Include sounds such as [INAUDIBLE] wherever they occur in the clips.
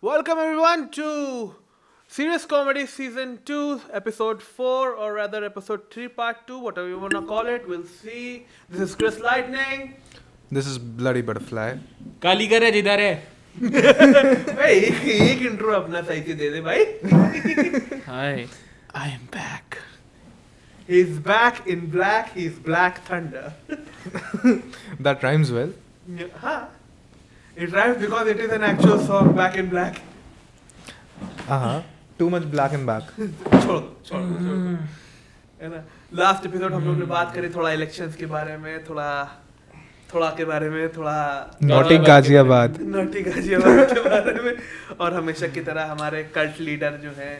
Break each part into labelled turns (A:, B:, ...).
A: Welcome everyone to Serious Comedy Season 2, Episode 4, or rather Episode 3, Part 2, whatever you wanna call it, we'll see. This is Chris Lightning.
B: This is Bloody Butterfly.
C: काली करे जिधर है
A: भाई [LAUGHS] एक, एक intro अपना सही से दे दे भाई
C: हाय
A: I am back. He's back in black, he's Black Thunder.
B: That rhymes well.
A: Yeah, huh? It rhymes because it is an actual song, Back in Black.
B: Uh huh. Too much black and back.
A: छोड़ दो, छोड़ दो, छोड़ दो। है ना last episode हम लोग ने बात करी थोड़ा इलेक्शंस के बारे में थोड़ा थोड़ा के बारे में थोड़ा
B: Naughty Ghaziabad.
A: नोटी गाजियाबाद के बारे में और हमेशा की तरह हमारे कल्ट लीडर जो है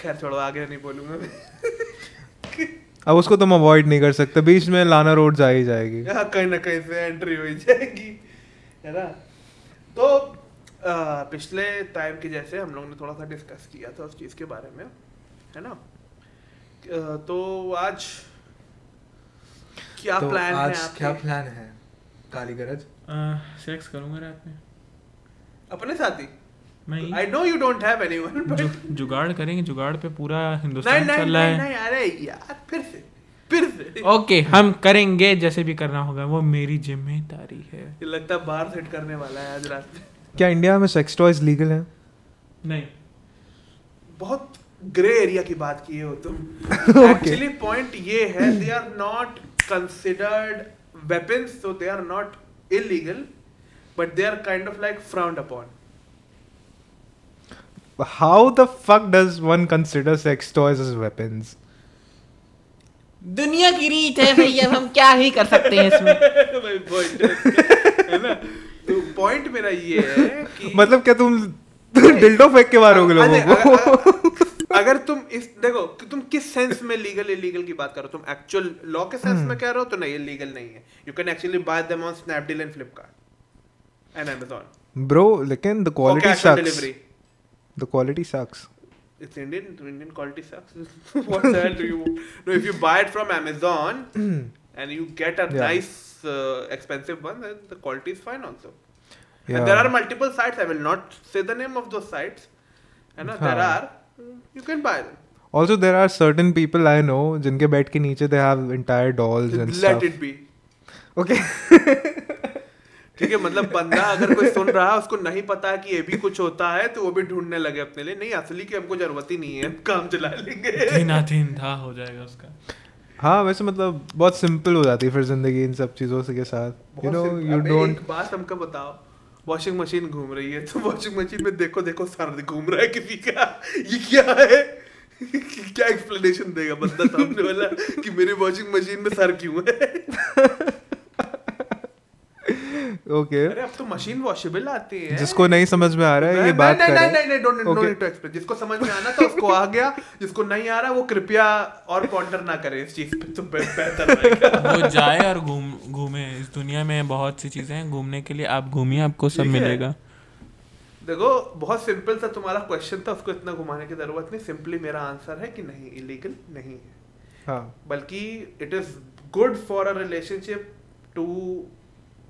A: खैर छोड़ो आगे नहीं बोलूंगा मैं
B: अब उसको तुम अवॉइड नहीं कर सकते बीच में लाना रोड जा ही जाएगी
A: हाँ, कहीं ना कहीं से एंट्री हो ही जाएगी है ना तो अह, पिछले टाइम की जैसे हम लोग ने थोड़ा सा डिस्कस किया था उस चीज़ के बारे में है ना अह, तो आज
B: तो
A: क्या प्लान है आपके
B: प्लान है काली गरज
C: सेक्स करूंगा रात में
A: अपने साथ ही
C: मैं
A: I
C: he-
A: no you don't have anyone but
C: जु- जुगाड़ करेंगे जुगाड़ पे पूरा
A: नहीं
C: हिंदुस्तान
A: नहीं
C: चल रहा
A: नहीं
C: है
A: नहीं अरे यार फिर से फिर से
C: ओके हम करेंगे जैसे भी करना होगा वो मेरी जिम्मेदारी है
A: ये लगता है बाहर सेट करने वाला है आज रात में
B: क्या इंडिया में सेक्स टॉयज लीगल है
C: नहीं
A: बहुत ग्रे एरिया की बात किए हो
B: [LAUGHS]
A: तुम एक्चुअली पॉइंट ये है they are not considered weapons so they are not illegal but they are kind of like frowned [LAUGHS] upon
B: How the fuck does one consider sex toys as weapons?
C: दुनिया की रीत है भैया हम क्या ही कर सकते हैं इसमें
A: है ना तो पॉइंट मेरा ये है कि
B: मतलब क्या तुम डिल्डो फेंक के मारोगे
A: अरे,
B: लोगों को
A: अगर- अगर- अगर तुम इस देखो कि तुम किस सेंस में लीगल इलीगल की बात करो तुम एक्चुअल लॉ के सेंस
B: हम्म।
A: में कह रहे हो तो नहीं लीगल नहीं है you can actually buy them on Snapdeal and Flipkart and Amazon
B: bro लेकिन the
A: for
B: quality
A: cash on
B: sucks
A: delivery
B: the quality sucks
A: It's Indian. Indian quality sucks. [LAUGHS] what the hell do you? want? No, if you buy it from
B: [CLEARS THROAT]
A: Amazon and you get a
B: Yeah.
A: nice, uh, expensive one, then the quality is fine also. And there
B: Yeah.
A: are multiple sites. I will not say the name of those sites. And uh, there
B: हाँ.
A: are. You can buy them.
B: also there are certain people I know जिनके bed के नीचे they have entire dolls and
A: Let
B: stuff
A: it be.
B: okay
A: ठीक है मतलब बंदा अगर कोई सुन रहा है उसको नहीं पता है कि ये भी कुछ होता है तो वो भी ढूंढने लगे अपने लिए नहीं असली की हमको जरूरत ही नहीं है हम काम चला लेंगे
C: दिन दिन था हो जाएगा उसका
B: हाँ वैसे मतलब बहुत सिंपल हो जाती है फिर जिंदगी इन सब चीजों से के साथ यू
A: बहुत
B: नो
A: सिंपल-
B: यू
A: अबे
B: डोंट
A: एक बात हमको बताओ वॉशिंग मशीन घूम रही है तो वॉशिंग मशीन में देखो देखो सर घूम रहा है किसी का ये क्या है क्या एक्सप्लेनेशन देगा बंदा सामने वाला कि मेरी वॉशिंग मशीन में सर क्यों है
B: ओके
A: अरे अब तो मशीन वॉशेबल आती है
B: जिसको नहीं समझ में आ रहा है ये बात
A: नहीं
B: कर
A: नहीं
B: रहा
A: नहीं नहीं don't
B: Okay.
A: Don't to explain जिसको समझ में आना था उसको आ गया जिसको नहीं आ रहा वो कृपया और पॉन्डर ना करे इस चीज पे तो बे- बेहतर रहेगा
C: वो जाए और घूम घूमे इस दुनिया में बहुत सी चीजें हैं घूमने के लिए आप घूमिए आपको सब
A: ठीक है।
C: मिलेगा
A: देखो बहुत सिंपल सा तुम्हारा क्वेश्चन था उसको इतना घुमाने की जरूरत नहीं सिंपली मेरा आंसर है कि नहीं इलीगल नहीं है
B: हाँ
A: बल्कि it is good for a relationship to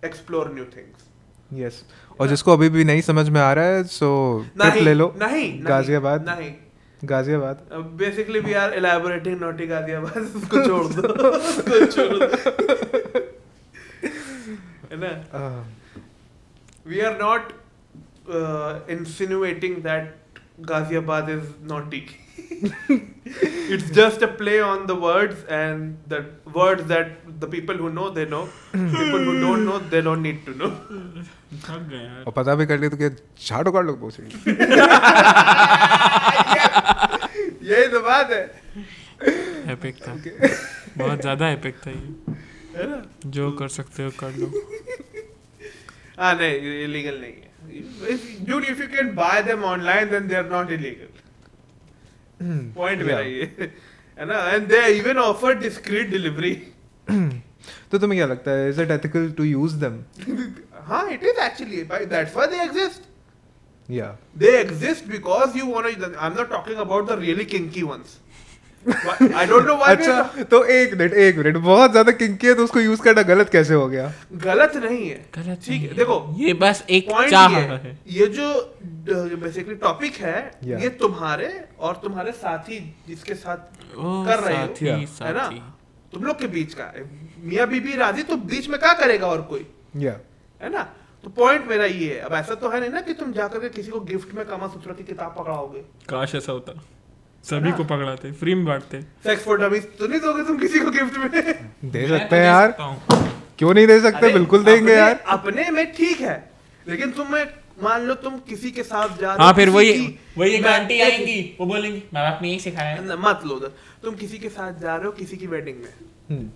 A: explore new things
B: yes और जिसको अभी भी नहीं समझ में आ रहा है सो ट्रिप
A: नहीं
B: ले लो
A: नहीं नहीं,
B: गाजियाबाद
A: नहीं
B: Ghaziabad
A: basically we are elaborating naughty Ghaziabad उसको छोड़ दो उसको छोड़ दो है ना
B: Uh,
A: we are not insinuating that uh, Ghaziabad is naughty [LAUGHS] it's just a play on the words and the words that the people who know they know people who don't know they don't need to know
C: थक गए यार
B: और पता भी कर ले तो क्या झाड़ो काट लो पहुंचेगी
A: यही तो बात है
C: एपिक था बहुत ज्यादा एपिक था ये
A: है ना
C: जो कर सकते हो कर लो
A: हाँ नहीं इलीगल नहीं है dude if you can buy them online then they are not illegal point मेरा
B: Yeah.
A: ये है है ना and they even offer discreet delivery
B: [CLEARS THROAT] तो तुम्हें क्या लगता है is it ethical to use them
A: हाँ it is actually that's why they exist
B: या
A: they exist because you want to i'm not talking about the really kinky ones I don't know [LAUGHS] why
B: अच्छा तो एक minute एक minute बहुत ज्यादा kinky है तो उसको यूज करना गलत कैसे हो गया
A: गलत नहीं है
C: गलत
A: ठीक
C: नहीं
A: है देखो
C: ये बस एक
A: पॉइंट
C: चाह
A: ये
C: है
A: है ये जो बेसिकली टॉपिक है
B: Yeah.
A: ये तुम्हारे और तुम्हारे साथी जिसके साथ
C: ओ
A: कर रहे
C: साथी
A: हो है ना
C: साथी
A: तुम लोग के बीच का है। मियां बीबी राजी तो बीच में क्या करेगा और कोई
B: या
A: है ना तो पॉइंट मेरा ये है अब ऐसा तो है नहीं ना कि तुम जाकर के किसी को गिफ्ट में कामा सूत्र की किताब पकड़ाओगे
C: काश ऐसा होता सभी
A: ना?
C: को पकड़ाते फ्री में बांटते
A: सेक्स फॉर डमीज तो नहीं दोगे तुम किसी को गिफ्ट में
B: दे
C: तो
B: सकते हैं यार क्यों नहीं दे [LAUGHS] सकते
A: अरे,
B: बिल्कुल देंगे
A: अपने-
B: यार
A: अपने में ठीक है लेकिन तुम्हें मान लो तुम किसी के साथ जा रहे
C: हाँ
A: हो,
C: फिर
A: किसी
C: वही
A: की-
C: वही एक
A: मैं-
C: आंटी
A: एक-
C: आएंगी वो बोलेंगी माँ बाप ने यही सिखाया है
A: न- मत लो उधर तुम किसी के साथ जा रहे हो किसी की वेडिंग में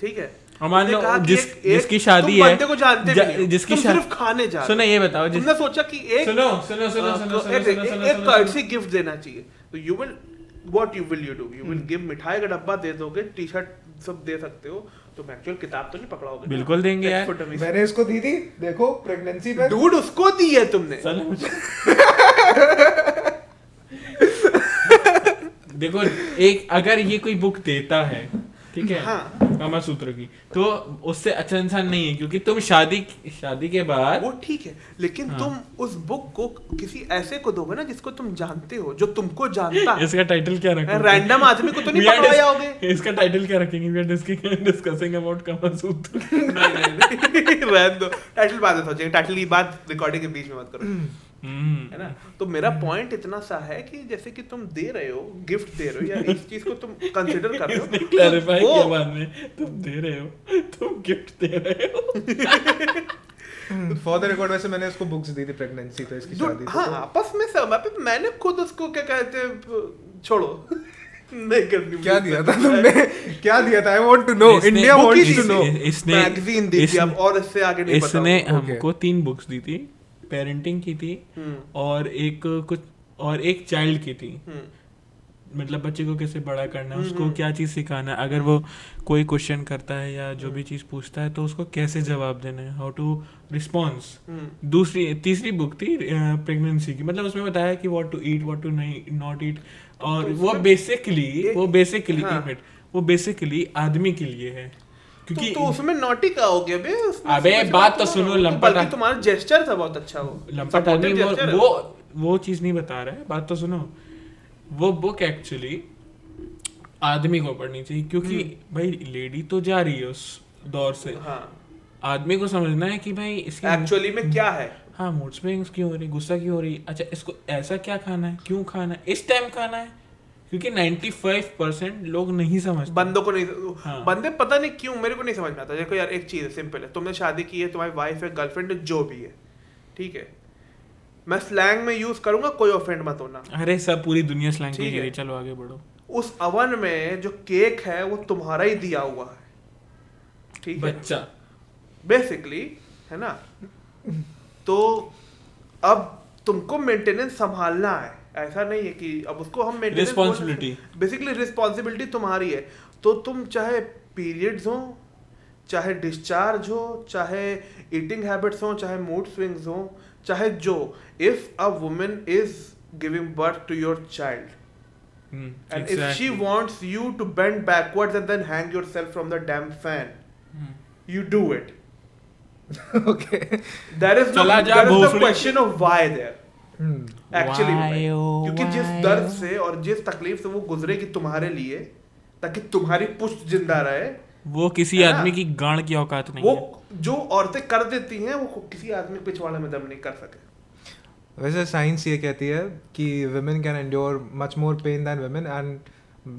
A: ठीक है
C: और मान
A: तुमने
C: लो
A: कहा कि
C: जिस-
A: एक- एक-
C: जिसकी शादी
A: तुम
C: है,
A: बंदे को जानते
C: जा-
A: भी नहीं हो,
C: जिसकी
A: तुम
C: शा-
A: सिर्फ खाने जा रहे हो।
C: सुनो ये बताओ जिस-
A: तुमने सोचा कि एक
C: सुनो सुनो सुनो
A: अ,
C: सुनो
A: तो
C: सुनो
A: एक-
C: सुनो
A: एक-
C: सुनो
A: एक
C: सुनो,
A: कर्सी गिफ्ट देना चाहिए तो you will what you will you do you will
C: Hmm.
A: Give मिठाई का डब्बा दे दोगे टी शर्ट सब दे सकते हो तुम एक्चुअल किताब तो नहीं पकड़ाओगे ना?
C: बिल्कुल देंगे यार।
A: Textbook dummies।
B: हम्म। मैंने इसको दी थी देखो प्रेगनेंसी पे
A: डूड उसको दी है तुमने
C: सुनो। देखो एक अगर ये कोई बुक देता है ठीक है
A: हाँ।
C: कामा सूत्र की तो उससे अच्छा इंसान नहीं है क्योंकि तुम शादी शादी के बाद
A: वो ठीक है लेकिन
C: हाँ।
A: तुम उस बुक को किसी ऐसे को दोगे ना जिसको तुम जानते हो जो तुमको
C: [LAUGHS]
A: जानता है
C: इसका टाइटल क्या रखेंगे
A: रैंडम हाँ। आदमी को तो नहीं
C: We are
A: पकड़वाया
C: dis-
A: होगे
C: इसका टाइटल क्या रखेंगे we are discussing about Kama Sutra
A: [LAUGHS] रहने दो टाइटल बाद में सोचेंगे टाइटल की बात रिकॉर्डिंग के बीच में मत करो
C: हम्म।
A: है ना तो मेरा पॉइंट इतना सा है कि जैसे कि तुम दे रहे हो गिफ्ट दे रहे हो या इस चीज को तुम कंसिडर कर रहे हो तो
C: क्लैरिफाई
A: वो-
C: किया बाद में तुम दे रहे हो तुम गिफ्ट दे रहे हो
B: फॉर द रिकॉर्ड वैसे मैंने इसको बुक्स दी थी प्रेगनेंसी पे इसकी
A: जो
B: शादी
A: हाँ
C: तो-
B: पे तो
A: आपस में सब अबे मैंने खुद उसको क्या कहते हैं, छोड़ो [LAUGHS] नहीं करनी
B: क्या दिया था तुमने क्या दिया था आई वांट टू नो
C: इसने-
B: इंडिया
A: वो
B: वांट्स
A: किसी
B: टू
A: से-
B: नो
C: इसने-
A: मैगजीन दी थी
C: इसने-
A: आप और इससे आगे नहीं पता
C: इसने
B: बताओ।
C: हमको तीन बुक्स दी थी पेरेंटिंग की थी
A: हम्म,
C: और एक कुछ और एक चाइल्ड की थी
A: [LAUGHS] हम्म,
C: मतलब बच्चे को कैसे बड़ा करना है उसको
A: हम्म।
C: क्या चीज़ सिखाना है अगर वो कोई क्वेश्चन करता है या जो भी
A: हम्म।
C: चीज़ पूछता है तो उसको कैसे जवाब देना है हाउ टू रिस्पॉन्स
A: हम्म।
C: दूसरी तीसरी बुक थी प्रेगनेंसी की मतलब उसमें बताया कि what to eat what to नहीं नॉट ईट और
A: तो
C: वो
A: उसमें-
C: बेसिकली
A: एक-
C: वो बेसिकली
A: हाँ।
C: वो बेसिकली आदमी के लिए है
A: तो,
C: क्योंकि
A: तो उसमें नॉटी का हो गया बे उसमें
C: अबे,
A: उसमें
C: बात तो
A: तुम्हारा-
C: सुनो,
A: तो
C: लंपट
A: बल्कि
C: आ-
A: तुम्हारा जेस्चर था बहुत अच्छा वो
C: लंपट आदमी
A: Supportive
C: वो
A: gesture अच्छा है
C: वो वो चीज नहीं बता रहा है बात तो सुनो वो बुक एक्चुअली आदमी को पढ़नी चाहिए क्योंकि भाई लेडी तो जा रही है उस दौर से
A: हम्म। हाँ
C: आदमी को समझना है कि भाई इसकी
A: एक्चुअली में क्या है
C: हाँ मूड स्विंग्स क्यों हो रही गुस्सा क्यों हो रही अच्छा इसको ऐसा क्या खाना है क्यों खाना है इस टाइम खाना है क्योंकि 95 परसेंट लोग नहीं समझते
A: बंदों को नहीं
C: हाँ।
A: बंदे पता नहीं क्यों मेरे को नहीं समझ में आता देखो यार एक चीज है सिंपल है तुमने शादी की है तुम्हारी वाइफ है गर्लफ्रेंड है जो भी है ठीक है मैं स्लैंग में यूज करूंगा कोई ऑफेंड मत होना
C: अरे सब पूरी दुनिया स्लैंग पे
A: ठीक
C: ही
A: है।
C: रही चलो आगे बढ़ो
A: उस अवन में जो केक है वो तुम्हारा ही दिया हुआ है ठीक है
C: बच्चा
A: बेसिकली है ना तो अब तुमको मेंटेनेंस संभालना है ऐसा नहीं है कि अब उसको हम मेंटेनेंस
C: Responsibility.
A: बेसिकली रिस्पॉन्सिबिलिटी तुम्हारी है तो तुम चाहे पीरियड्स हो चाहे डिस्चार्ज हो चाहे ईटिंग हैबिट्स हो चाहे मूड स्विंग्स हो चाहे जो if a women is giving birth to your child
C: hmm,
A: and if she
C: exactly.
A: Wants you to bend backwards and then hang yourself from the damn fan
C: hmm.
A: you do it.
B: Okay
A: There is no,
C: चला जा
A: there is no
C: भोसड़ी।
A: question of why there.
B: Hmm.
A: Actually,
C: Why,
A: why?
C: oh,
A: क्योंकि जिस
C: why,
A: दर्द
C: oh.
A: से और जिस तकलीफ से वो गुजरेगी तुम्हारे लिए ताकि तुम्हारी पुष्ट जिंदा रहे
C: वो किसी
A: है ना?
C: आदमी की गांड की औकात नहीं
A: वो
C: है
A: जो औरतें कर देती हैं वो किसी आदमी के पिछवाड़े में दम नहीं कर सके
B: वैसे साइंस ये कहती है कि women can endure much more pain than women and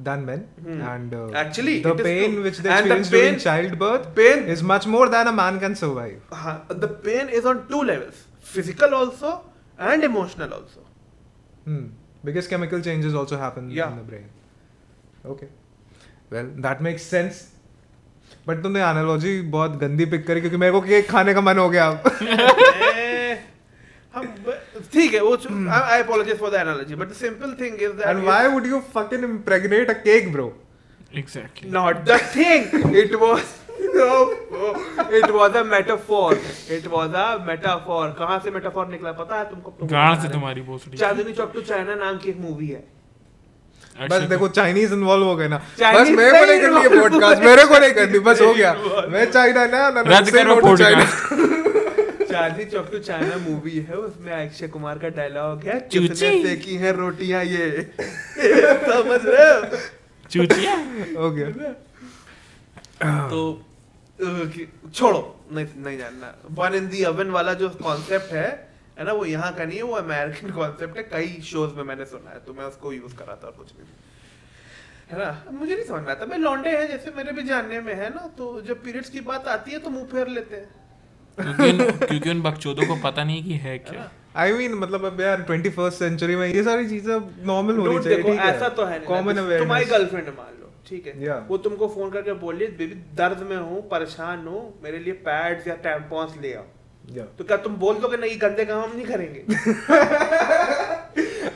B: than men
A: Hmm.
B: and uh,
A: Actually,
B: the
A: it is
B: pain
A: true.
B: which they
A: And the
B: experience
A: pain-
B: during childbirth
A: pain
B: is much more than a man can survive
A: हाँ the pain is on two levels physical also and emotional
C: [LAUGHS]
A: also
B: Hmm. Because chemical changes also happen
A: Yeah.
B: in the brain. Okay. Well, that makes sense. But तुमने analogy बहुत गंदी pick करी क्योंकि मेरे को cake खाने का मन हो गया अब
A: हम ठीक है वो I apologize for the analogy but the simple thing is
B: and why would you fucking impregnate a cake bro
C: exactly
A: Not the thing. It was no. It was a metaphor. It was a metaphor. कहाँ से metaphor निकला पता है तुमको?
C: गांड से तुम्हारी भोसड़ी
A: चांदनी चौक टू चाइना नाम की एक मूवी है
C: अच्छा।
B: बस देखो चाइनीज इन्वॉल्व हो गए ना बस
A: Chinese
B: मेरे को
A: नहीं
B: नहीं करनी है
A: involve
B: पॉडकास्ट
A: हुए।
B: मेरे को नहीं करनी बस हो गया
A: Involve।
B: मैं चाइना ना ना
C: रद्द करो podcast
A: Charlie Chowk to China movie है उसमें अक्षय कुमार का डायलॉग है
C: चूची।
A: किसने सेकी है रोटियां ये [LAUGHS] समझ रहे हो [LAUGHS]
C: चूतिया
B: [LAUGHS] ओके
A: तो अ, कि- छोड़ो नहीं नहीं जानना बन इन दी अवन वाला जो कॉन्सेप्ट है है ना वो यहाँ का नहीं है वो [LAUGHS] अमेरिकन कॉन्सेप्ट है कई शोज में मैंने सुना है तो मैं उसको यूज करा था और कुछ भी है ना मुझे नहीं समझ में आता मैं लौंडे हैं जैसे मेरे भी जानने में है ना तो जब पीरियड्स की बात आती है तो मुंह फेर लेते हैं
C: क्योंकि उन- क्योंकि उन बकचोदों को पता नहीं कि है क्या
B: आई मीन मतलब अब यार 21st सेंचुरी में ये सारी चीजें नॉर्मल होनी
A: Dude,
B: चाहिए
A: देखो
B: ठीक है
A: ऐसा तो है नहीं
B: कॉमन
A: ना, तुम्हारी
B: अवेयरनेस
A: गर्लफ्रेंड है मान लो ठीक है
B: Yeah.
A: वो तुमको फोन करके बोली बेबी दर्द में हूँ परेशान हूँ मेरे लिए पैड्स या टैम्पॉन्स ले आओ तो क्या तुम बोल दोगे नहीं गंदे काम हम नहीं करेंगे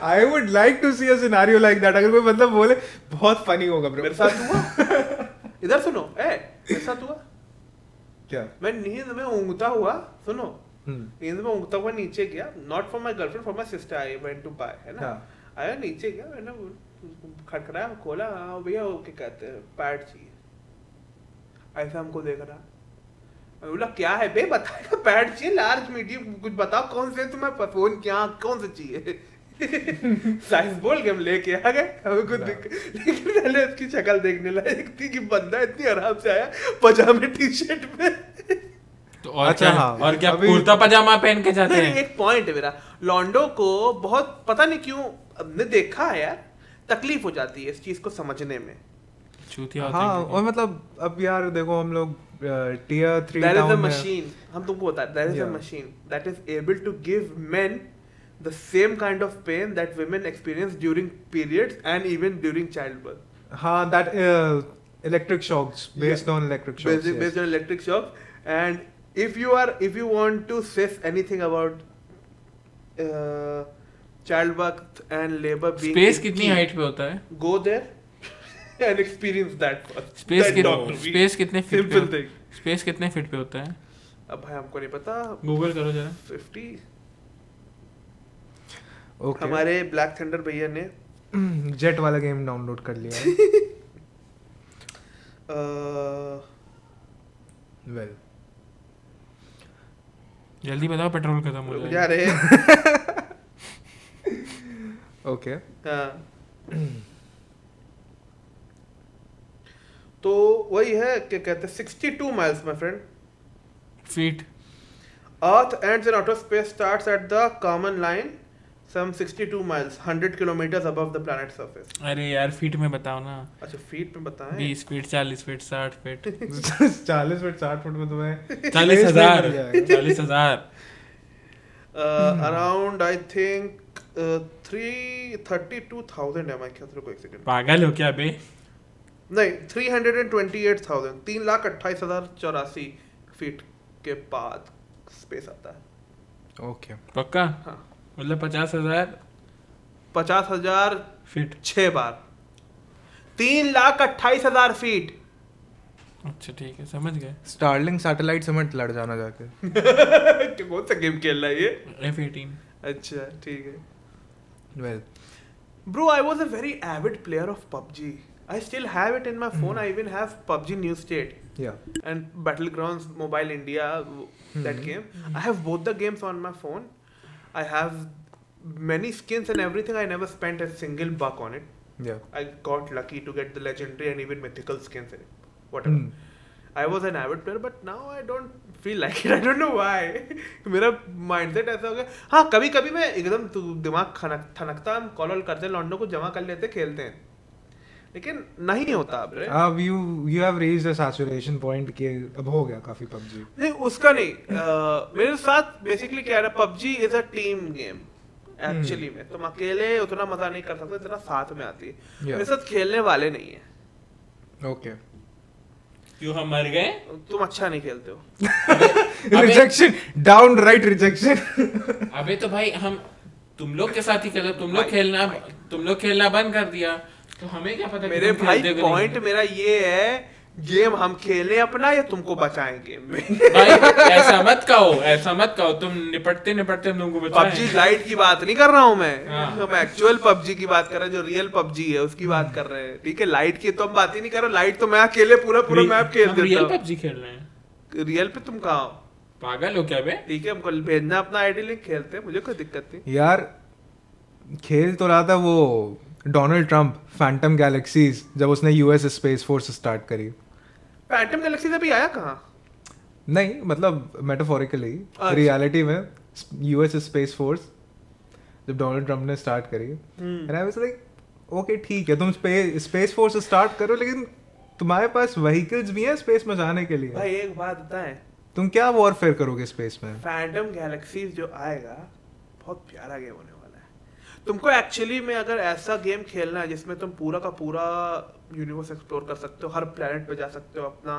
B: I would like to see a scenario like that अगर कोई मतलब बोले बहुत फनी होगा ब्रो
A: मेरे साथ हुआ इधर सुनो ए मेरे साथ हुआ
B: क्या
A: मैं नींद में ऊंगता हुआ सुनो
B: हम्म,
A: नींद में ऊंगता तो हुआ नीचे गया not for my girlfriend for my sister I went to buy है ना
B: हाँ।
A: आया नीचे गया है ना खटखड़ाया खोला हाँ भैया वो क्या कहते हैं पैड चाहिए ऐसा हमको देख रहा मैं बोला क्या है बे बताएगा पैड चाहिए लार्ज मीडियम कुछ बताओ कौन से तुम्हें फोन क्या कौन से चाहिए [LAUGHS] साइज बोल के हम लेके आ गए हमें कुछ दिक्कत लेकिन पहले उसकी शक्ल देखने लायक थी कि बंदा इतनी आराम से आया पजामे टी शर्ट में
C: तो और
B: अच्छा,
C: क्या
B: हाँ,
C: और क्या
B: अभी-
C: कुर्ता पजामा पहन के जाते
A: नहीं
C: हैं
A: एक पॉइंट है मेरा लॉन्डो को बहुत पता नहीं क्यों हमने देखा है यार तकलीफ हो जाती है इस चीज को समझने में
C: चूतिया होते
B: हाँ
C: हैं
B: और मतलब अब यार देखो हम लोग uh, tier three
A: There is a
B: town
A: machine. हम तुमको बता there is a
B: Yeah.
A: machine that is able to give men the same kind of pain that women experience during periods and even during childbirth.
B: हाँ uh, that electric shocks based on electric
A: Based, based on
B: shocks
A: electric shock. And if you are if you want to says anything about uh, childbirth and labor being
C: space
A: the
C: कितनी
A: key,
C: height पे होता है
A: Go there [LAUGHS] and experience that first.
C: Space
A: Then
C: कितने
A: doctor we-
C: space कितने feet
A: Simple
C: पे
A: thing.
C: Space कितने feet पे होता है
A: अब भाई हमको नहीं पता
C: गूगल करो जरा
A: 50
B: ओके [CLEARS THROAT]
A: हमारे ब्लैक थंडर भैया ने
B: जेट वाला गेम डाउनलोड कर लिया है
A: [LAUGHS] uh,
B: वेल
C: जल्दी बताओ पेट्रोल खत्म हो
A: रुक जा
C: जाएगा
A: रहे
B: ओके
A: हाँ। तो वही है क्या कहते हैं 62 miles my friend
C: feet
A: earth ends in outer space starts at the common line some 62 miles 100 kilometres above the planet surface
C: अरे यार फीट में बताओ ना
A: अच्छा फीट में बताएं
C: बीस फीट चालीस फीट साठ फीट
B: [LAUGHS] चालीस फीट साठ फीट में
A: [LAUGHS]
B: तुम्हें
C: चालीस
B: space नहीं
C: हजार
B: मिल जाएगा।
C: चालीस हजार
A: Uh, around I think three thirty two thousand am I क्या तेरे को एक सेकंड
C: पागल हो क्या बे
A: नहीं three hundred and twenty eight thousand तीन लाख अट्ठाईस हजार चौरासी फीट के बाद स्पेस आता है
B: ओके
C: पक्का
A: हाँ
C: मतलब पचास हजार
A: पचास हजार
C: फीट
A: छः बार तीन लाख अट्ठाईस हजार [LAUGHS] फीट
C: अच्छा ठीक है समझ गए
B: स्टारलिंग सैटेलाइट समेत लड़ जाना जाके
A: कौन सा गेम खेल रहा है ये
C: एफ एटीन
A: अच्छा ठीक है
B: well
A: Bro, I was a very avid player of PUBG. I still have it in my phone. I even have PUBG New State
B: yeah
A: and Battlegrounds Mobile India, w- that game. I have both the games on my phone. I have many skins and everything. I never spent a single buck on it.
B: Yeah
A: I got lucky to get the legendary and even mythical skins and whatever.
B: Hmm.
A: I was an avid player, but now I don't feel like [LAUGHS] it. I don't know why. मेरा mindset ऐसा हो गया हाँ कभी कभी मैं एकदम तो दिमाग खनक थनकता हम कॉल ऑल करते हैं लॉन्डो को जमा कर लेते खेलते हैं लेकिन नहीं होता अब रे
B: अब you you have reached the saturation point के अब हो गया काफी पबजी
A: नहीं उसका नहीं अह, मेरे साथ बेसिकली क्या है PUBG is a team game actually में तुम अकेले उतना मजा नहीं कर सकते जितना साथ में आती है
B: Yeah.
A: मेरे साथ खेलने वाले नहीं है
B: [LAUGHS] ओके
C: क्यों हम मर गए
A: तुम अच्छा नहीं खेलते हो
C: अबे-
B: रिजेक्शन डाउन राइट रिजेक्शन
C: अबे तो भाई हम तुम लोग के साथ ही खेल तुम लोग खेलना तुम लोग खेलना बंद कर दिया तो हमें क्या पता कि
A: मेरे
C: तुम
A: भाई
C: खेलते हो कि नहीं
A: पॉइंट
C: खेलते।
A: मेरा ये है गेम हम खेलें अपना या तुमको बचाएं गेम में
C: भाई ऐसा मत कहो ऐसा मत कहो तुम निपटते निपटते हम तुमको
A: पबजी
C: [LAUGHS] बचाएं
A: लाइट की बात नहीं कर रहा हूँ मैं
C: हाँ।
A: हम एक्चुअल पबजी की बात कर रहे हैं जो रियल पबजी है उसकी बात कर रहे हैं ठीक है लाइट की तो हम बात ही नहीं कर रहे लाइट तो मैं अकेले पूरा पूरा मैप खेल
C: रियल
A: देता
C: पबजी खेल रहे हैं
A: हूँ रियल पे तुम कहाँ हो
C: पागल हो क्या बे
A: ठीक है हमको भेजना अपना आईडी लिंक खेलते हैं मुझे कोई दिक्कत नहीं
B: [LAUGHS] यार खेल तो रहा था वो डोनाल्ड ट्रंप फैंटम गैलेक्सीज जब उसने यूएस स्पेस फोर्स स्टार्ट करी
A: पैटम गैलेक्सी से भी आया कहाँ
B: नहीं मतलब मेटाफोरिकली
A: अच्छा।
B: रियलिटी में यूएस स्पेस फोर्स जब डोनाल्ड ट्रंप ने स्टार्ट करी and I was like okay ठीक है तुम स्पेस स्पेस फोर्स स्टार्ट करो लेकिन तुम्हारे पास व्हीकल्स भी हैं स्पेस में जाने के लिए
A: भाई एक बात बताएं
B: तुम क्या वॉरफेयर करोगे स्पेस में
A: फैंटम गैलेक्सी जो आएगा बहुत प्यारा गेम होने वाला है तुमको एक्चुअली में अगर ऐसा गेम खेलना है जिसमें तुम पूरा का पूरा यूनिवर्स एक्सप्लोर कर सकते हो हर planet पे जा सकते हो अपना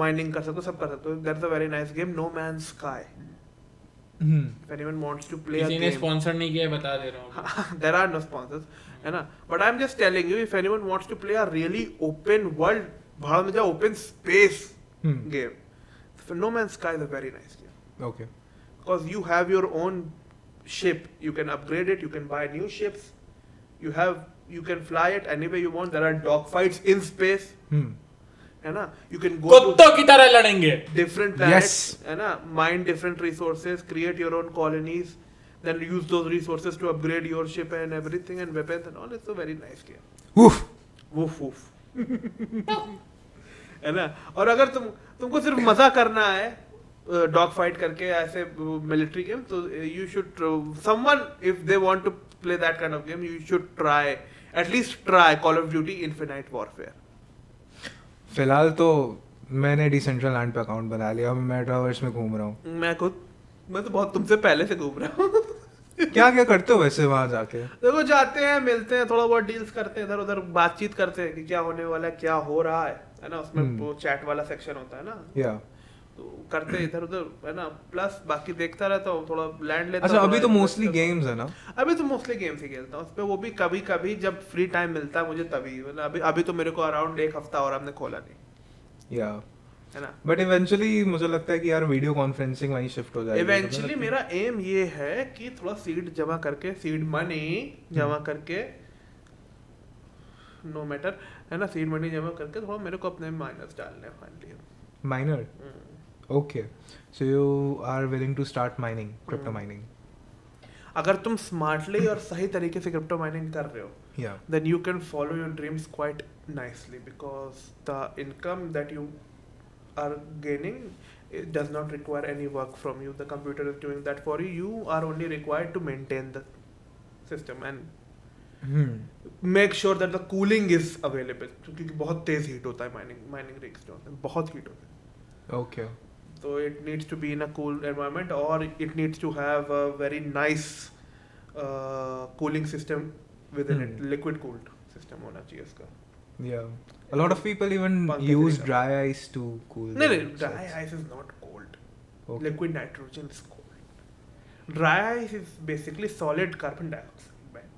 A: माइनिंग कर सकते हो सब कर सकते हो that's a very nice game no man sky
B: hmm,
A: if anyone wants to play a
C: किसी ने
A: गेम
C: स्पॉन्सर नहीं किया है, बता दे रहा
A: हाँ,
C: हूँ
A: [LAUGHS] there are no sponsors है ना but i'm just telling you if anyone wants to play a really open world भाड़ में जाओ open space
B: Hmm.
A: game so no man's sky is a very nice game
B: okay
A: because you have your own ship you can upgrade it you can buy new ships you have you can fly it anywhere you want there are dogfights in space
B: hmm
A: है ना you can go to
C: कुत्तों की तरह लड़ेंगे
A: different planets है ना mine different resources create your own colonies then use those resources to upgrade your ship and everything and weapons and all it's a very nice game
B: उफ
A: वुफ woof [LAUGHS] है ना और अगर तुम तुमको सिर्फ मजा करना है डॉग फाइट करके ऐसे मिलिट्री गेम तो you should someone if they want to play that kind of game you should try at least try Call of Duty Infinite Warfare
B: फिलहाल तो मैंने डिसेंट्रल लैंड पे अकाउंट बना लिया और मैं मेटावर्स में घूम रहा [LAUGHS] हूँ
A: मैं खुद मैं तो बहुत तुमसे पहले से घूम रहा हूँ [LAUGHS]
B: क्या क्या करते हो वैसे वहां जाके
A: देखो जाते हैं मिलते हैं थोड़ा बहुत डील्स करते हैं इधर उधर बातचीत करते हैं कि क्या होने वाला है क्या हो रहा है है ना उसमें
B: हम्म।
A: वो चैट वाला सेक्शन होता है ना
B: या
A: तो करते इधर उधर है ना प्लस बाकी देखता रहता हूँ थोड़ा लैंड लेता
B: अच्छा
A: हूँ,
B: अभी
A: थोड़ा
B: तो
A: invest
B: मोस्टली
A: करता हूँ।
B: गेम्स है ना
A: अभी तो मोस्टली गेम्स ही खेलता हूँ उस पे वो भी कभी कभी जब फ्री टाइम मिलता है मुझे तभी मतलब अभी अभी तो मेरे को अराउंड एक हफ्ता और हमने खोला नहीं
B: या
A: है ना
B: बट इवेंचुअली मुझे लगता है कि यार वीडियो कॉन्फ्रेंसिंग वहीं शिफ्ट हो जाएगी तो मतलब
A: इवेंचुअली मेरा एम ये है कि थोड़ा सीड जमा करके सीड मनी जमा करके नो मैटर है ना सीड मनी जमा करके थोड़ा मेरे को अपने माइनस डालने हैं finally।
B: Miner
A: hmm.
B: Okay so you are willing to start mining crypto mining
A: अगर तुम स्मार्टली और सही तरीके से क्रिप्टो माइनिंग कर रहे हो
B: या
A: then you can follow your dreams quite nicely because the income that you are gaining it does not require any work from you the computer is doing that for you you are only required to maintain the system and
B: hmm.
A: Make sure that the cooling is available क्योंकि बहुत तेज heat होता है mining mining rigs जो होते हैं बहुत heat होते हैं
B: ओके
A: तो it needs to be in a cool environment और it needs to have a very nice cooling system within it
B: Hmm.
A: Liquid cooled system होना चाहिए उसका
B: या A lot of people even
A: पंखे से
B: use
A: निकाल।
B: dry ice to cool.
A: No, no,
B: their
A: dry
B: sets.
A: ice is not cold.
B: Okay.
A: Liquid nitrogen is cold. Dry ice is basically solid carbon dioxide. man.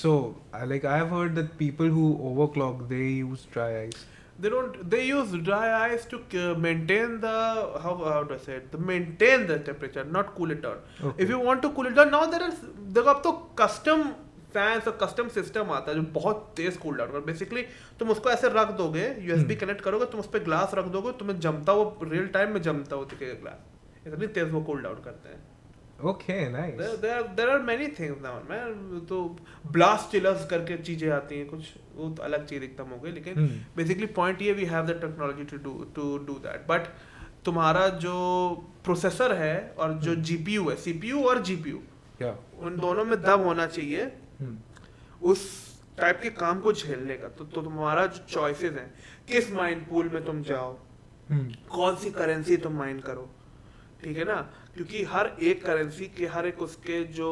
B: So, I- like I have heard that people who overclock they use dry ice.
A: They don't. They use dry ice to uh, maintain the how, how do I say it? To maintain the temperature, not cool it down.
B: Okay.
A: If you want to cool it down, now there is देखो अब तो custom fans और custom system आता है जो बहुत तेज cool down basically तुम उसको ऐसे रख दोगे यूएसबी
B: Hmm.
A: कनेक्ट करोगे तुम उस पर ग्लास रख दोगे तुम्हें जमता वो रियल टाइम में जमता हुआ दिखेगा ग्लास इतनी तेज वो कूल डाउन करते हैं
B: Okay, nice.
A: There, there, are- there are many things now, man. तो blast chillers करके चीजें आती हैं कुछ वो तो अलग चीज एकदम हो गई लेकिन
B: Hmm.
A: बेसिकली पॉइंट ये we have the technology to do to do that but तुम्हारा जो प्रोसेसर है और जो जीपीयू है सीपीयू और जीपीयू
B: Yeah.
A: उन दोनों में दम होना चाहिए
B: Hmm.
A: उस टाइप के काम को झेलने का तो, तो तुम्हारा जो चॉइसेस हैं किस माइंड पूल में तुम जाओ
B: Hmm.
A: कौन सी करेंसी तुम माइन करो ठीक है ना क्योंकि हर एक करेंसी के हर एक उसके जो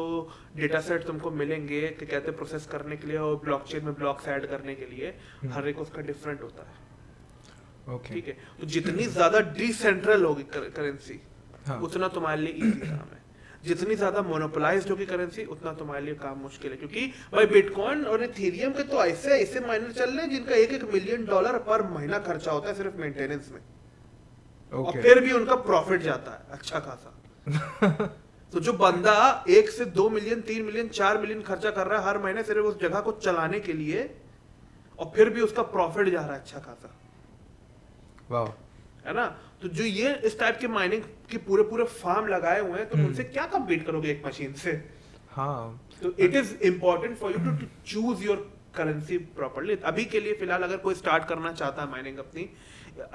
A: डेटा सेट तुमको मिलेंगे क्या कहते हैं प्रोसेस करने के लिए और ब्लॉकचेन में ब्लॉक्स ऐड करने के लिए
B: हम्म।
A: हर एक उसका डिफरेंट होता है
B: Okay.
A: ठीक है तो जितनी ज्यादा डिसेंट्रल होगी करेंसी
B: हाँ.
A: उतना तुम्हारे लिए इजी काम है जितनी ज्यादा मोनोपोलाइज होगी करेंसी उतना तुम्हारे लिए काम मुश्किल है क्योंकि भाई बिटकॉइन और इथेरियम के तो ऐसे ऐसे माइनर चल रहे हैं जिनका एक एक मिलियन डॉलर पर महीना खर्चा होता है सिर्फ मेंटेनेंस में और
B: ओके
A: फिर भी उनका प्रॉफिट जाता है अच्छा खासा तो जो बंदा एक से दो मिलियन तीन मिलियन चार मिलियन खर्चा कर रहा है हर महीने सिर्फ उस जगह को चलाने के लिए और फिर भी उसका प्रॉफिट जा रहा है अच्छा खासा
B: वाह
A: है ना तो जो ये इस टाइप के माइनिंग के पूरे पूरे फार्म लगाए हुए हैं तुम
B: हम्म।
A: उनसे क्या कम्पीट करोगे एक मशीन से
B: हाँ
A: तो it is important for you to choose your currency properly अभी के लिए फिलहाल अगर कोई स्टार्ट करना चाहता है माइनिंग अपनी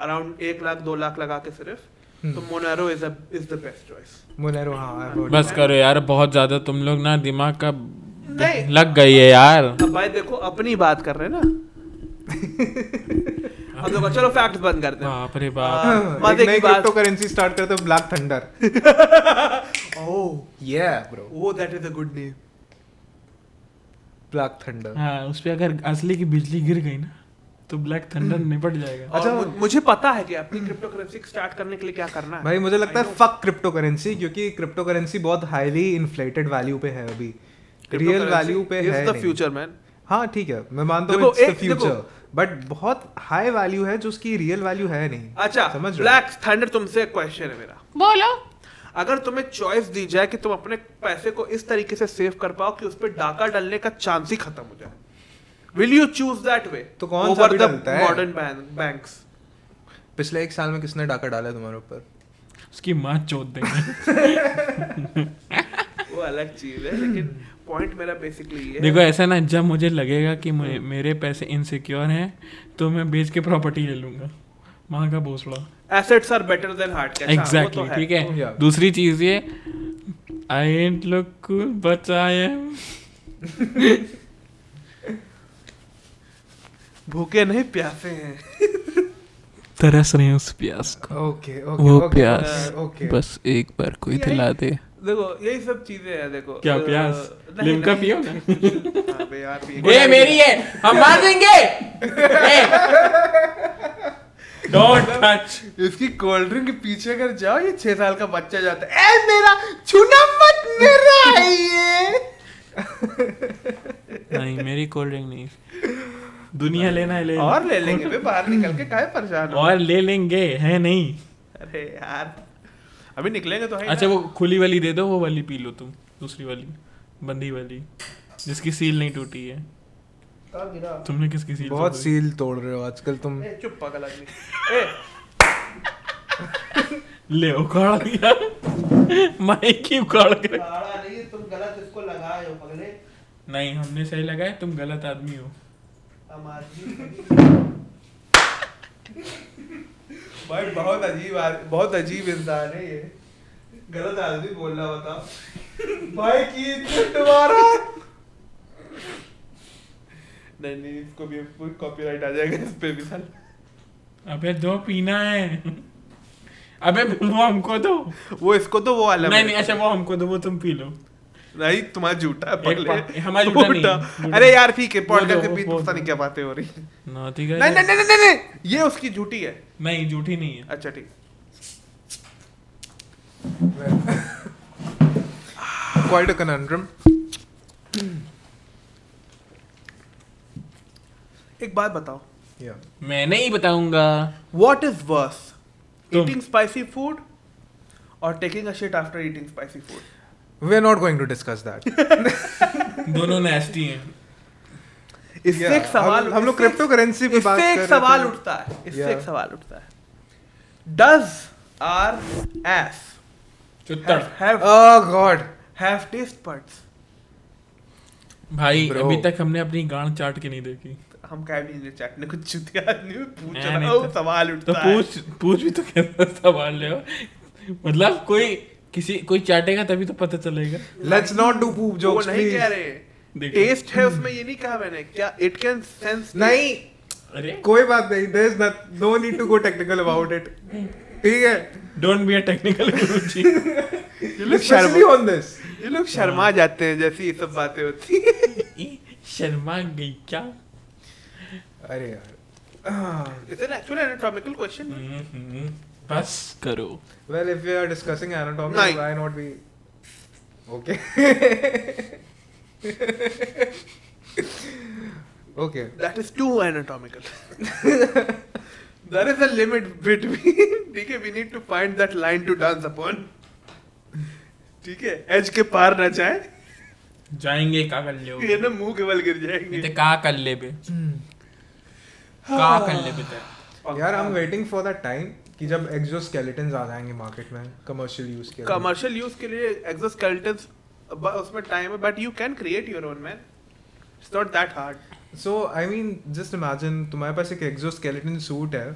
A: अराउंड एक लाख दो लाख लगा के सिर्फ तो
B: hmm.
A: Monero is is the best choice
B: Monero हाँ I've heard.
C: बस करो यार बहुत ज्यादा तुम लोग ना दिमाग का
A: नहीं।
C: लग गई है यार
A: अब भाई देखो अपनी बात कर रहे हैं ना
B: [LAUGHS]
A: हम लोग चलो फैक्ट बंद करते हैं
C: बाप रे बाप
B: [LAUGHS]
A: आ,
B: एक
A: मजे की
B: नई
A: बात
B: क्रिप्टो करेंसी स्टार्ट करते हैं ब्लैक थंडर
A: [LAUGHS] ओह
B: या ब्रो
A: वो that is a good name
B: Black Thunder
C: हाँ उस पे अगर असली की बिजली गिर गई ना तो ब्लैक थंडर निपट जाएगा
A: अच्छा
B: अच्छा,
A: मुझे पता है कि अपनी क्रिप्टो करेंसी स्टार्ट करने के लिए क्या करना है
B: भाई मुझे लगता
A: I
B: है
A: know.
B: फक क्रिप्टो करेंसी क्योंकि क्रिप्टो करेंसी बहुत हाईली इन्फ्लेटेड वैल्यू पे है अभी रियल
A: Cryptocurrency
B: वैल्यू पे
A: is
B: है
A: the
B: नहीं।
A: future, man.
B: हाँ ठीक है मैं मानता
A: देखो,
B: हूँ इट्स द
A: एक- देखो।
B: फ्यूचर बट बहुत हाई वैल्यू है जो उसकी रियल वैल्यू है नहीं
A: अच्छा
B: समझ रहे हो?
A: ब्लैक थंडर तुमसे क्वेश्चन है मेरा
C: बोलो
A: अगर तुम्हें चॉइस दी जाए कि तुम अपने पैसे को इस तरीके से सेव कर पाओ कि उस पर डाका डालने का चांस ही खत्म हो जाए will you choose that way
B: तो कौन सा भी डालता है?
A: मॉडर्न बैंक्स
B: पिछले एक साल में किसने डाका डाला है तुम्हारे ऊपर
C: उसकी माँ चोद देंगे
A: वो अलग चीज है लेकिन पॉइंट मेरा बेसिकली ये है-
C: देखो ऐसा ना जब मुझे लगेगा कि मुझे- मेरे पैसे इनसिक्योर हैं तो मैं बेच के प्रॉपर्टी ले लूंगा माँ का भोसड़ा
A: अच्छा, assets are better than hard cash
C: exactly ठीक
B: Oh,
C: है
B: yeah.
C: दूसरी चीज ये I ain't look cool but I am
A: भूखे नहीं प्यासे हैं
C: तरस रहे हैं उस प्यास को
B: ओके
C: वो प्यास,
B: ओके
C: बस एक बार कोई
A: यही-
C: दिला दे
A: देखो यही सब चीजें हैं देखो
C: क्या
A: अ,
C: प्यास?
A: नहीं,
C: लिमका
A: नहीं।
C: पियो ना।
A: हाँ, बे यार, पिए।
C: ये मेरी है हम मार देंगे डोंट टच
A: [LAUGHS] इसकी कोल्ड ड्रिंक के पीछे अगर जाओ ये छह साल का बच्चा जाता है ए मेरा छूना मत मेरा है ये
C: नहीं मेरी कोल्ड ड्रिंक नहीं दुनिया लेना है ले लेना।
A: और ले लेंगे बे बाहर निकल के काहे परेशान हो
C: और ले लेंगे है नहीं
A: अरे यार अभी निकलेंगे तो है
C: अच्छा वो खुली वाली दे दो वो वाली पी लो तुम दूसरी वाली बंदी वाली जिसकी सील नहीं टूटी है
A: वो
C: तुमने किसकी सील
B: बहुत
C: तोड़ी?
B: सील तोड़ रहे हो आजकल तुम
A: चुप पागल [LAUGHS] आदमी ए
C: ले उखाड़ दिया माइक ही उखाड़ कर
A: साड़ा नहीं तुम गलत इसको लगाए हो पगले
C: नहीं हमने सही लगाया तुम गलत आदमी हो
A: हम आदमी [LAUGHS] बट बहुत अजीब आद- बहुत अजीब इंसान है ये गलत आदमी बोल रहा बताओ [LAUGHS] भाई की तुम्हारा नहीं नहीं इसको भी कॉपीराइट आ जाएगा इस पे भी साल
C: अबे दो पीना है अबे वो हमको दो
A: वो इसको तो वो
C: नहीं नहीं अच्छा वो हमको दो वो तुम पी लो
A: नहीं तुम्हारा झूठा है
C: एक
A: पगले
C: पा- हमारा
A: [LAUGHS]
C: झूठा नहीं है, झूठा।
A: अरे यार ठीक है
C: वो
A: पॉडकास्ट
C: दो,
A: के बीच
C: वो
A: पता
C: दो।
A: नहीं क्या बातें हो रही हैं।
C: नौती का
A: नहीं नहीं नहीं नहीं नहीं ये उसकी झूठी है
C: नहीं झूठी नहीं है
A: अच्छा ठीक
B: क्वाइट अ कनंड्रम
A: एक बात बताओ
B: या
C: मैं नहीं बताऊंगा
A: What is worse,
C: तुम।
A: eating spicy food or taking a shit after eating spicy food?
B: We are not going to discuss [LAUGHS] that
C: दोनों नेस्टी हैं
A: इससे
B: Yeah,
A: एक सवाल
B: हम- हम लोग
A: इससे एक-
B: cryptocurrency पे बात
A: इससे
B: कर
A: एक
B: रहे
A: सवाल
B: थे।
A: उठता है इससे
B: Yeah.
A: एक सवाल उठता है डज आर एस
C: चुत्तर
A: have
B: oh god
A: have taste buds
C: भाई
B: Bro.
C: अभी तक हमने अपनी गांड चाट के नहीं देखी तो
A: हम क्या भी नहीं चाटने कुछ चुतिया आदमी भी पूछ
C: नहीं,
A: रहा
C: नहीं,
A: हूँ
C: तो-
A: सवाल
C: तो
A: उठता है
C: पूछ पूछ भी तो कैसा सवाल ले हो मतलब कोई किसी कोई चाटेगा तभी तो पता चलेगा
B: लेट्स नॉट डू पूप
A: जो वो
B: जोक्स
A: नहीं
B: प्लीज
A: कह रहे
C: देखो।
A: टेस्ट है उसमें ये नहीं कहा मैंने क्या इट कैन सेंस
B: नहीं
C: अरे
B: कोई बात नहीं there is no need to go technical about it ठीक है
C: डोंट बी अ टेक्निकल गुरुजी
B: स्पेशली ऑन दिस
A: ये लोग
C: हाँ।
A: शर्मा जाते हैं जैसी ये सब बातें होती है [LAUGHS]
C: शर्मा गई क्या
B: अरे Ah, यार
A: it's an actual anatomical question
C: बस करो
B: well if we are discussing anatomy
A: नहीं।
B: Why not be okay okay
A: That is too anatomical. [LAUGHS] there is a limit between. [LAUGHS] ठीक है, we need to find that line to dance upon. ठीक है, edge के पार ना जाए,
C: जाएंगे का कर ले
A: ये ना मुंह केवल गिर जाएंगे.
C: का कर ले बे
A: Hmm.
C: का
A: हाँ।
C: कर ले बे तेरा
B: यार I am waiting for that time कि जब एक्सोस्केलेटन्स आ जाएंगे मार्केट में कमर्शियल यूज के लिए
A: कमर्शियल यूज के लिए एक्सोस्केलेटन्स उसमें टाइम है but you can create your own man it's not that
B: so I mean just imagine तुम्हारे पास एक एक्सोस्केलेटन सूट है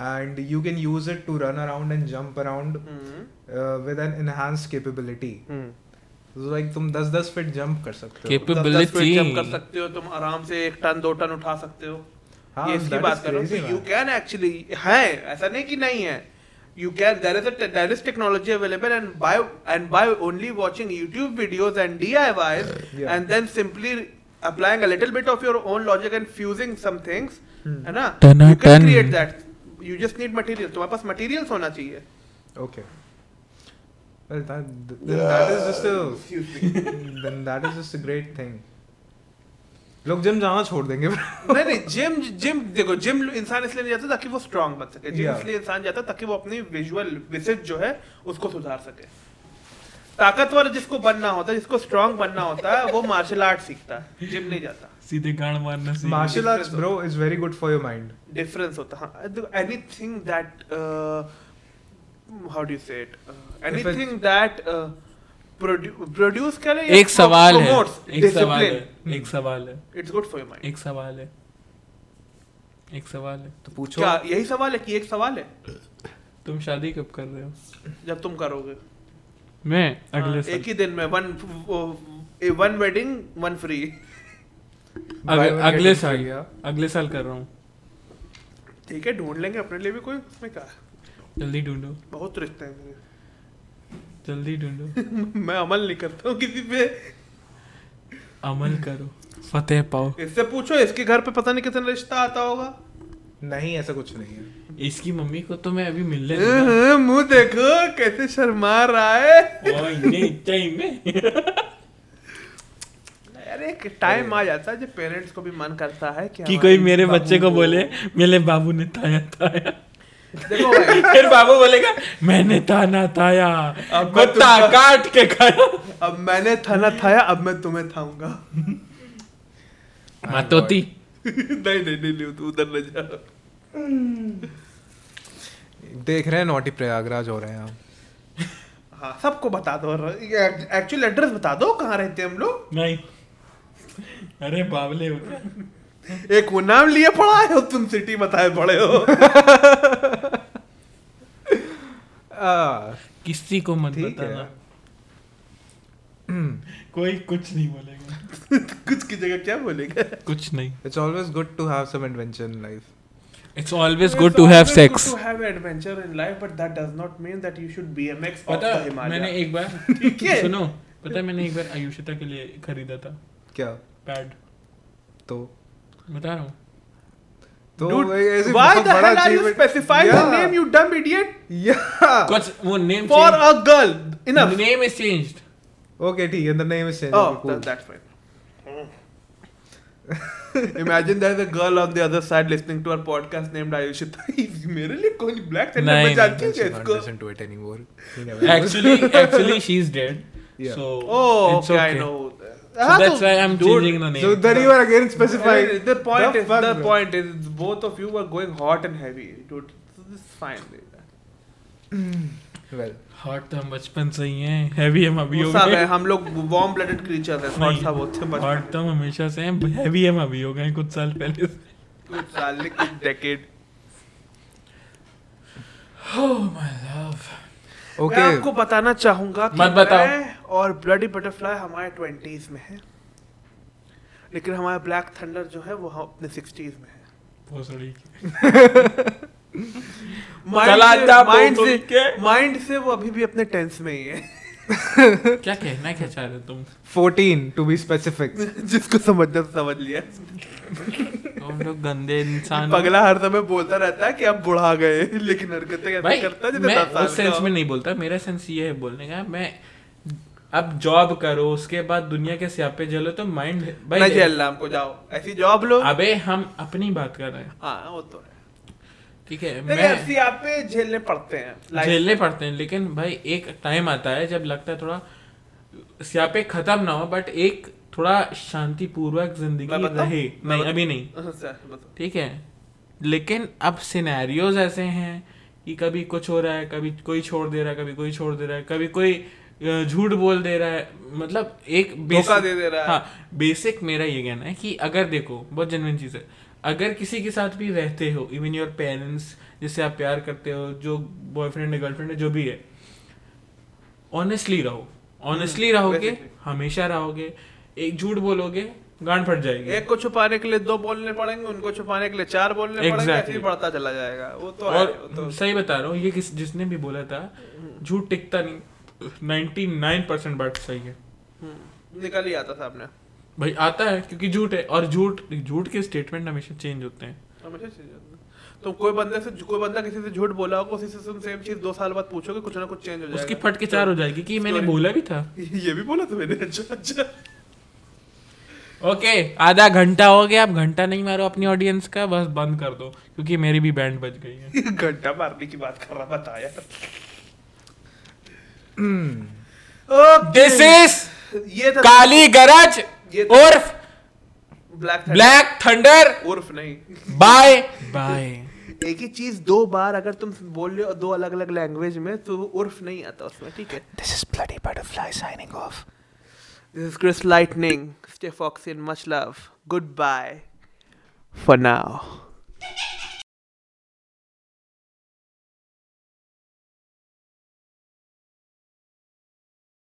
A: hard
B: and you can use it to run around and jump around
A: Hmm.
B: With an enhance capability like तुम 10 10 feet jump कर सकते हो
C: Cap-
A: capability
C: Capability.
A: जंप कर सकते हो तुम आराम से एक टन दो टन उठा सकते हो
B: हाँ,
A: ये इसकी
B: that
A: बात
B: is
A: कर रहा
B: crazy,
A: हूँ तो यू
B: man.
A: कैन एक्चुअली है ऐसा नहीं कि नहीं है you can there is a there is technology available and by and by only watching YouTube videos and DIYs
B: Yeah.
A: and then simply applying a little bit of your own logic and fusing some things
B: Hmm.
A: है ना
C: टना
A: you can
C: टन।
A: create that you just need material तुम्हारे पास materials होना चाहिए
B: Okay. Well, that th- then that is just a [LAUGHS]
A: Excuse me.
B: then that is just a great thing. लोग gym जाना छोड़ देंगे
A: नहीं नहीं जिम जिम देखो जिम इंसान इसलिए नहीं जाता ताकि वो स्ट्रांग बन सके जिम
B: Yeah.
A: इसलिए इंसान जाता ताकि वो अपनी विजुअल विसेज जो है उसको सुधार सके ताकतवर जिसको बनना होता है जिसको स्ट्रांग बनना होता है वो मार्शल आर्ट सीखता है जिम नहीं जाता
C: सीधे गांड मारना सीख
B: martial arts bro is very good for your mind
A: difference होता हाँ anything that uh, how do say it anything that produce uh, करे
C: एक सवाल है एक सवाल है एक सवाल है
A: it's good for your mind
C: एक सवाल है एक सवाल है
B: तो पूछो
A: क्या यही सवाल है कि एक सवाल है
C: तुम शादी कब कर रहे हो
A: जब तुम करोगे
C: मैं
A: हाँ,
C: अगले
A: एक ही दिन में one one wedding one free
C: साल अगले- अगले साल अगले साल कर रहा हूँ
A: ठीक है ढूंढ लेंगे अपने लिए भी कोई उसमें क्या है
C: जल्दी ढूंढो
A: बहुत रिश्ते हैं मेरे
C: जल्दी ढूंढो
A: मैं अमल नहीं करता हूँ किसी पे
C: अमल करो फतेह पाओ
A: इससे पूछो इसके घर पे पता नहीं कितना रिश्ता आता होगा
B: नहीं ऐसा कुछ नहीं है
C: इसकी मम्मी को तो मैं अभी मिलने दूंगा।
A: अहं, हम्म, मुंह देखो कैसे शर्मा रहा है
C: ओ, नहीं टाइम में
A: अरे एक टाइम आ जाता है जब पेरेंट्स को भी मन करता है कि
C: कि
A: हमारे
C: कोई मेरे
A: बाबू
C: बच्चे को बोले मेरे बाबू ने ताया ताया
A: देखो भाई,
C: [LAUGHS] फिर बाबू बोलेगा मैंने ताना ताया
A: अब मैं
C: कुत्ता
A: तुमका-
C: काट के खाया
A: अब मैंने थाना थाया अब मैं तुम्हें थाऊंगा
C: मतोती
A: नहीं नहीं नहीं नहीं, तू उधर न जा
B: देख रहे हैं नोटी प्रयागराज हो रहे हैं हम
A: हाँ सबको बता दो एक्चुअल एड्रेस बता दो कहाँ रहते हैं हम लोग
C: नहीं अरे बावले हो क्या?
A: एक वो नाम लिए पड़ा है और तुम सिटी बताए पड़े हो
B: आ,
C: किसी को मत
B: ठीक
C: बताना
B: है
C: कोई कुछ नहीं बोलेगा
A: कुछ की जगह क्या बोलेगा
C: कुछ नहीं
B: it's always good to have some adventure in life
C: it's always good to have sex
A: to have adventure in life but that does not mean that you should BMX off
C: पता
A: the
C: है,
A: Himalaya.
C: मैंने एक बार
A: ठीक है।
C: सुनो पता है, मैंने एक बार आयुषिता के लिए खरीदा था
B: क्या
C: पैड
B: तो
C: बता रहा हूँ
B: तो
A: Dude,
B: भाई ऐसे
A: why
B: बहुत
A: the
B: बड़ा
A: hell are you
B: achievement-
A: specifying
B: Yeah.
A: the name you dumb idiot
B: [LAUGHS] Yeah.
C: कुछ वो नेम
A: हाँ। for a girl enough
C: name is changed
B: Okay, ठीक है. The name is changed.
A: oh
B: Okay, cool.
A: that, that's fine [LAUGHS] Imagine there's a girl on the other side listening to our podcast named Ayushita. [LAUGHS] मेरे लिए कोई black centre
C: नहीं,
A: में
C: नहीं,
A: जानती है
B: Then she can't
A: इसको
B: listen to it [LAUGHS] anymore. He never knows.
C: actually actually she's dead
B: Yeah.
C: so
A: Oh,
C: it's
A: okay,
C: okay
A: I know. हाँ, तो
C: so that's why i'm changing the name
B: So then you are again specifying.
A: The, the point
B: The
A: is,
B: fuck,
A: the
B: bro?
A: point is, both of you were going hot and heavy, dude. So this is fine.
B: Well,
C: हॉट तो हम बचपन से ही हैं heavy हम अभी
A: वो
C: हो
A: सब है
C: गए
A: हम लोग वार्म ब्लडेड क्रीचर है
C: नहीं,
A: हॉट सब होते
C: हॉट तो
A: बचपन
C: हम हमेशा से हैं हैवी हम अभी हो गए कुछ साल पहले से
A: कुछ साल नहीं, कुछ decade.
C: ओह माय लव
A: मैं
B: okay.
A: आपको बताना चाहूंगा कि
C: मत बताओ।
A: मैं और ब्लडी बटरफ्लाई हमारे ट्वेंटीज में है लेकिन हमारा ब्लैक थंडर जो है वो हम अपने सिक्सटीज में है
C: भोसड़ी
A: माइंड
C: चला जा
A: से माइंड
C: बोल
A: से
C: के।
A: माइंड से वो अभी भी अपने टेंस में ही है [LAUGHS]
C: क्या कहना क्या चाह रहे हो तुम
B: 14 to be specific.
A: जिसको समझना समझ लिया
C: तुम लोग गंदे इंसान हो।
A: पगला हर समय बोलता रहता है कि आप बुढ़ा गए लेकिन हरकतें ऐसे
C: भाई
A: करता है
C: मैं
A: जैसे दस साल
C: उस सेंस
A: का
C: में
A: हो।
C: नहीं बोलता मेरा सेंस ये है बोलने का मैं अब जॉब करो उसके बाद दुनिया के स्यापे जलो तो माइंड
A: ना जेल हमको जाओ ऐसी जॉब लो
C: अबे हम अपनी बात कर रहे हैं
A: हाँ वो तो है
C: ठीक है
A: लेकिन
C: मैं
A: ऐसी आप पे झेलने पड़ते हैं life
C: झेलने पड़ते हैं लेकिन भाई एक टाइम आता है जब लगता है थोड़ा स्यापे खत्म ना हो बट एक थोड़ा शांतिपूर्वक
A: मैं
C: जिंदगी
A: बताऊं?
C: रहे
A: मैं
C: नहीं
A: बता-
C: अभी नहीं
A: हाँ, सर, बताओ।
C: ठीक है लेकिन अब सिनेरियोज ऐसे हैं कि कभी कुछ हो रहा है कभी कोई छोड़ दे रहा है कभी कोई छोड़ दे रहा है कभी कोई अ, झूठ बोल दे रहा है मतलब एक
A: धोखा दे दे रहा है।
C: हाँ बेसिक मेरा ये कहना है कि अगर देखो बहुत जेनविन चीज़ है अगर किसी के साथ भी रहते हो इवन योर पेरेंट्स जिससे आप प्यार करते हो जो बॉयफ्रेंड है गर्लफ्रेंड है जो भी है ऑनेस्टली रहो ऑनेस्टली
A: हम्म,
C: रहोगे
A: basically.
C: हमेशा रहोगे एक झूठ बोलोगे गांड फट जाएगी
A: एक को छुपाने के लिए दो बोलने पड़ेंगे उनको छुपाने के लिए चार बोलने पड़ेंगे
C: Exactly.
A: ऐसे ही बढ़ता चला जाएगा वो तो है, वो
C: और
A: तो
C: सही बता रहा हूँ ये किस जिसने भी बोला था झूठ टिकता नहीं 99% परसेंट बात सही है
A: हम्म, निकल ही आता था आपने
C: भाई आता है क्योंकि झूठ है और झूठ झूठ के स्टेटमेंट हमेशा चेंज होते हैं
A: हमेशा चीज़ होती है। तो कोई बंदे से कोई बंदा किसी से झूठ बोला होगा उसी से तुम सेम चीज दो साल बाद पूछोगे कुछ ना कुछ चेंज हो जाएगा तो-
C: उसकी फट के चार हो जाएगी कि मैंने
A: Story-
C: बोला भी था
A: [LAUGHS] ये भी बोला था मैंने अच्छा अच्छा [LAUGHS]
C: ओके आधा घंटा हो गया आप घंटा नहीं मारो अपनी ऑडियंस का बस बंद कर दो क्योंकि मेरी भी बैंड बज गई है
A: घंटा मारने की बात कर रहा बताया
C: दिस इज
A: ये था
C: काली गरज
A: ये- तो-
C: उर्फ
A: ब्लैक
C: ब्लैक थंडर
A: उर्फ नहीं
C: बाय बाय
A: एक ही चीज दो बार अगर तुम बोल रहे हो दो अलग अलग लैंग्वेज में तो वो उर्फ नहीं आता उसमें ठीक है
B: This is Bloody Butterfly signing off.
A: This is Chris Lightning stay fox in much love good bye for now